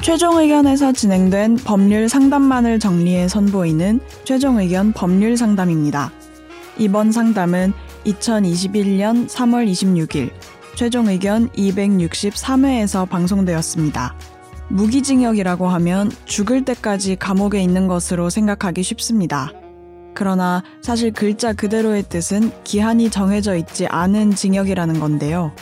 최종 의견에서 진행된 법률 상담만을 정리해 선보이는 최종 의견 법률 상담입니다. 이번 상담은 2021년 3월 26일 최종 의견 263회에서 방송되었습니다. 무기징역이라고 하면 죽을 때까지 감옥에 있는 것으로 생각하기 쉽습니다. 그러나 사실 글자 그대로의 뜻은 기한이 정해져 있지 않은 징역이라는 건데요.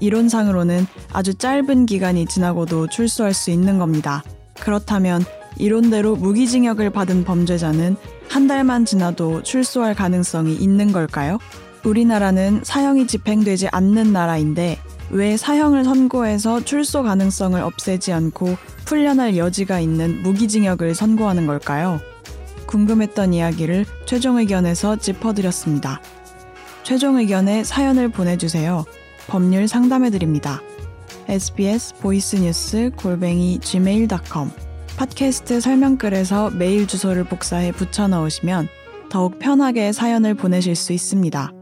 이론상으로는 아주 짧은 기간이 지나고도 출소할 수 있는 겁니다. 그렇다면 이론대로 무기징역을 받은 범죄자는 한 달만 지나도 출소할 가능성이 있는 걸까요? 우리나라는 사형이 집행되지 않는 나라인데 왜 사형을 선고해서 출소 가능성을 없애지 않고 풀려날 여지가 있는 무기징역을 선고하는 걸까요? 궁금했던 이야기를 최종 의견에서 짚어드렸습니다. 최종 의견에 사연을 보내주세요. 법률 상담해드립니다. sbs 보이스뉴스 골뱅이 gmail.com 팟캐스트 설명글에서 메일 주소를 복사해 붙여 넣으시면 더욱 편하게 사연을 보내실 수 있습니다.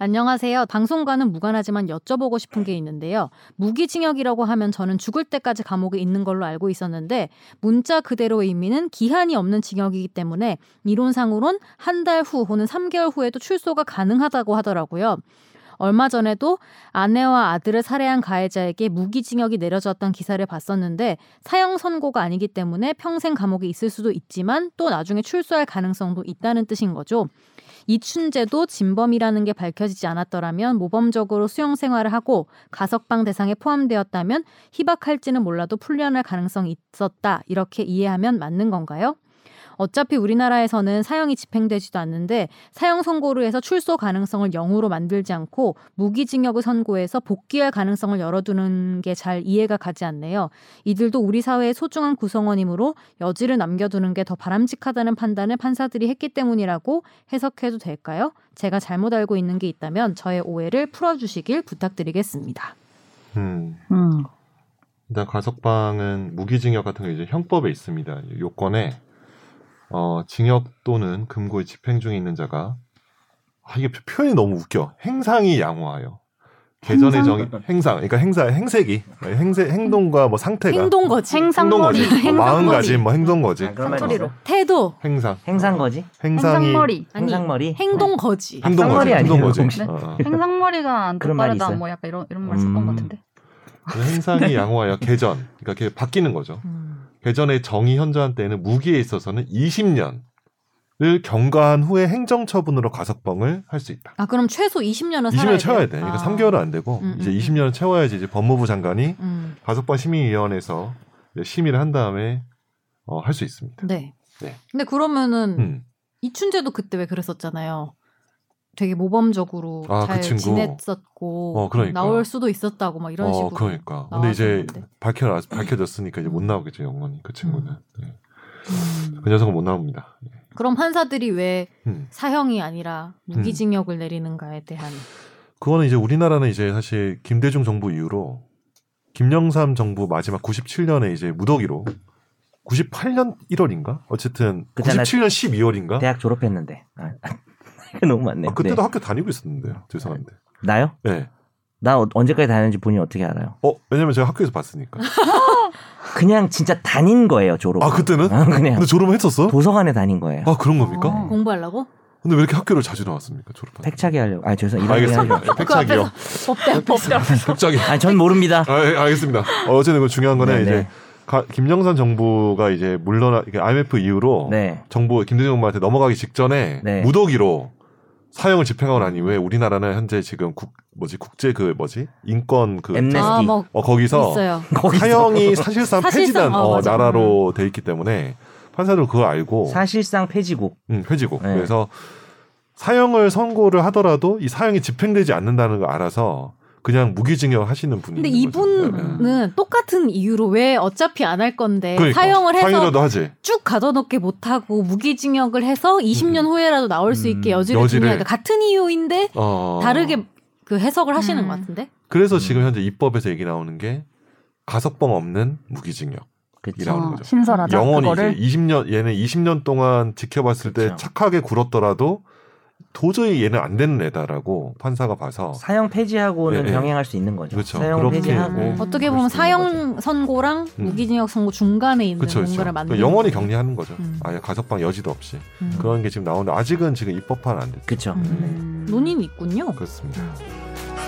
안녕하세요. 방송과는 무관하지만 여쭤보고 싶은 게 있는데요. 무기징역이라고 하면 저는 죽을 때까지 감옥에 있는 걸로 알고 있었는데 문자 그대로의 의미는 기한이 없는 징역이기 때문에 이론상으론 한 달 후 혹은 3개월 후에도 출소가 가능하다고 하더라고요. 얼마 전에도 아내와 아들을 살해한 가해자에게 무기징역이 내려졌던 기사를 봤었는데 사형 선고가 아니기 때문에 평생 감옥에 있을 수도 있지만 또 나중에 출소할 가능성도 있다는 뜻인 거죠. 이춘재도 진범이라는 게 밝혀지지 않았더라면 모범적으로 수용 생활을 하고 가석방 대상에 포함되었다면 희박할지는 몰라도 풀려날 가능성이 있었다. 이렇게 이해하면 맞는 건가요? 어차피 우리나라에서는 사형이 집행되지도 않는데 사형 선고를 해서 출소 가능성을 0으로 만들지 않고 무기징역을 선고해서 복귀할 가능성을 열어두는 게 잘 이해가 가지 않네요. 이들도 우리 사회의 소중한 구성원이므로 여지를 남겨두는 게 더 바람직하다는 판단을 판사들이 했기 때문이라고 해석해도 될까요? 제가 잘못 알고 있는 게 있다면 저의 오해를 풀어주시길 부탁드리겠습니다. 음. 음. 일단 가석방은 무기징역 같은 게 이제 형법에 있습니다. 요건에 어, 징역 또는 금고에 집행 중에 있는 자가 아, 이게 표현이 너무 웃겨. 행상이 양호하여. 계전의 정의 행상 그러니까 행사 행색이 행세 행동과 뭐 상태가 행동 거지 행동 거지 뭐 마음 가짐 뭐 행동 거지 아, 그러면 소리로 태도 행상 행상 거지 행상이 행상머리 아니 행상머리 행동 거지 행동 거지 쌍머리 행동 아니에요, 거지 혹시? 어, 어. 행상머리가 안 그런 말이 똑바르다 있어요? 뭐 약간 이런 이런 말 썼던 음. 것 같은데 행상이 양호하여 계전 그러니까 이게 바뀌는 거죠. 음. 개전의 정의 현저한 때는 무기에 있어서는 20년을 경과한 후에 행정처분으로 가석방을 할 수 있다. 아 그럼 최소 20년은 살아야 20년 채워야 돼. 그러니까 아. 3개월은 안 되고 음, 이제 음, 20년을 채워야지 이제 법무부 장관이 음. 가석방 심의위원회에서 이제 심의를 한 다음에 어, 할 수 있습니다. 네. 네. 근데 그러면은 음. 이춘재도 그때 왜 그랬었잖아요. 되게 모범적으로 아, 잘 그 친구. 지냈었고 어, 그러니까. 나올 수도 있었다고 막 이런 어 식으로. 그러니까. 근데 이제 나왔었는데. 밝혀 밝혀졌으니까 이제 못 나오겠죠 영원히 그 친구는. 네. 음. 그 녀석은 못 나옵니다. 예. 그럼 판사들이 왜 음. 사형이 아니라 무기징역을 내리는가에 대한 그거는 이제 우리나라는 이제 사실 김대중 정부 이후로 김영삼 정부 마지막 97년에 이제 무더기로 98년 1월인가? 어쨌든 그잖아. 97년 12월인가? 대학 졸업했는데 아, 너무 네. 많네 아, 그때도 네. 학교 다니고 있었는데요. 죄송한데. 나요? 네. 나 어- 언제까지 다녔는지 본인 어떻게 알아요? 어, 왜냐면 제가 학교에서 봤으니까. 그냥 진짜 다닌 거예요 졸업 아, 그때는? 아, 그냥 근데 졸업을 했었어? 도서관에 다닌 거예요 아, 그런 겁니까? 어. 공부하려고 근데 왜 이렇게 학교를 자주 나왔습니까? 졸업한. 팩차기 하려고 아 죄송 이런 얘기 하려고 알겠습니다. 팩착이요. 법대 법대 앞에서 갑자기. 아 전 모릅니다 아, 예, 알겠습니다. 어, 어쨌든 그 중요한 거는 네, 이제 네. 가- 김영삼 정부가 이제 물러나 이게 IMF 이후로 네 정부 김대중 정부한테 넘어가기 직전에 네. 무더기로 사형을 집행하고 난 이후에 우리나라는 현재 지금 국 뭐지 국제 그 뭐지 인권 그 엠네. 아, 뭐 어 거기서 있어요. 거기서 사형이 사실상 사실상, 폐지된 어, 어, 맞아. 나라로 돼 있기 때문에 판사들 그걸 알고 사실상 폐지국 음, 폐지고 네. 그래서 사형을 선고를 하더라도 이 사형이 집행되지 않는다는 걸 알아서 그냥 무기징역 하시는 분이 근데 있는 거죠. 네, 네. 이분은 똑같은 이유로 왜 어차피 안 할 건데 그러니까. 사형을 해서 사형이라도 하지 쭉 가둬놓게 못하고 무기징역을 해서 20년 후에라도 나올 수 있게 음, 여지를, 음. 여지를. 주냐 그러니까 같은 이유인데 어. 다르게 그 해석을 하시는 음. 것 같은데 그래서 음. 지금 현재 입법에서 얘기 나오는 게 가석방 없는 무기징역 그렇죠 이라고. 나오는 어, 거죠. 신설하자 영원히 그거를 이제 20년 얘는 20년 동안 지켜봤을 때 그렇죠. 착하게 굴었더라도 도저히 얘는 안 되는 애다라고 판사가 봐서 사형 폐지하고는 예, 예. 병행할 수 있는 거죠. 그렇죠. 사형 그렇게 폐지하고 뭐 어떻게 보면 그럴 수도 있는 사형 선고랑 음. 무기징역 선고 중간에 있는 그렇죠, 뭔가를 그렇죠. 만드는 영원히 격리하는 거죠. 음. 아예 가석방 여지도 없이 음. 그런 게 지금 나오는데 아직은 지금 입법화는 안 됐죠. 그렇죠. 음. 논의는 음. 있군요. 그렇습니다. 음.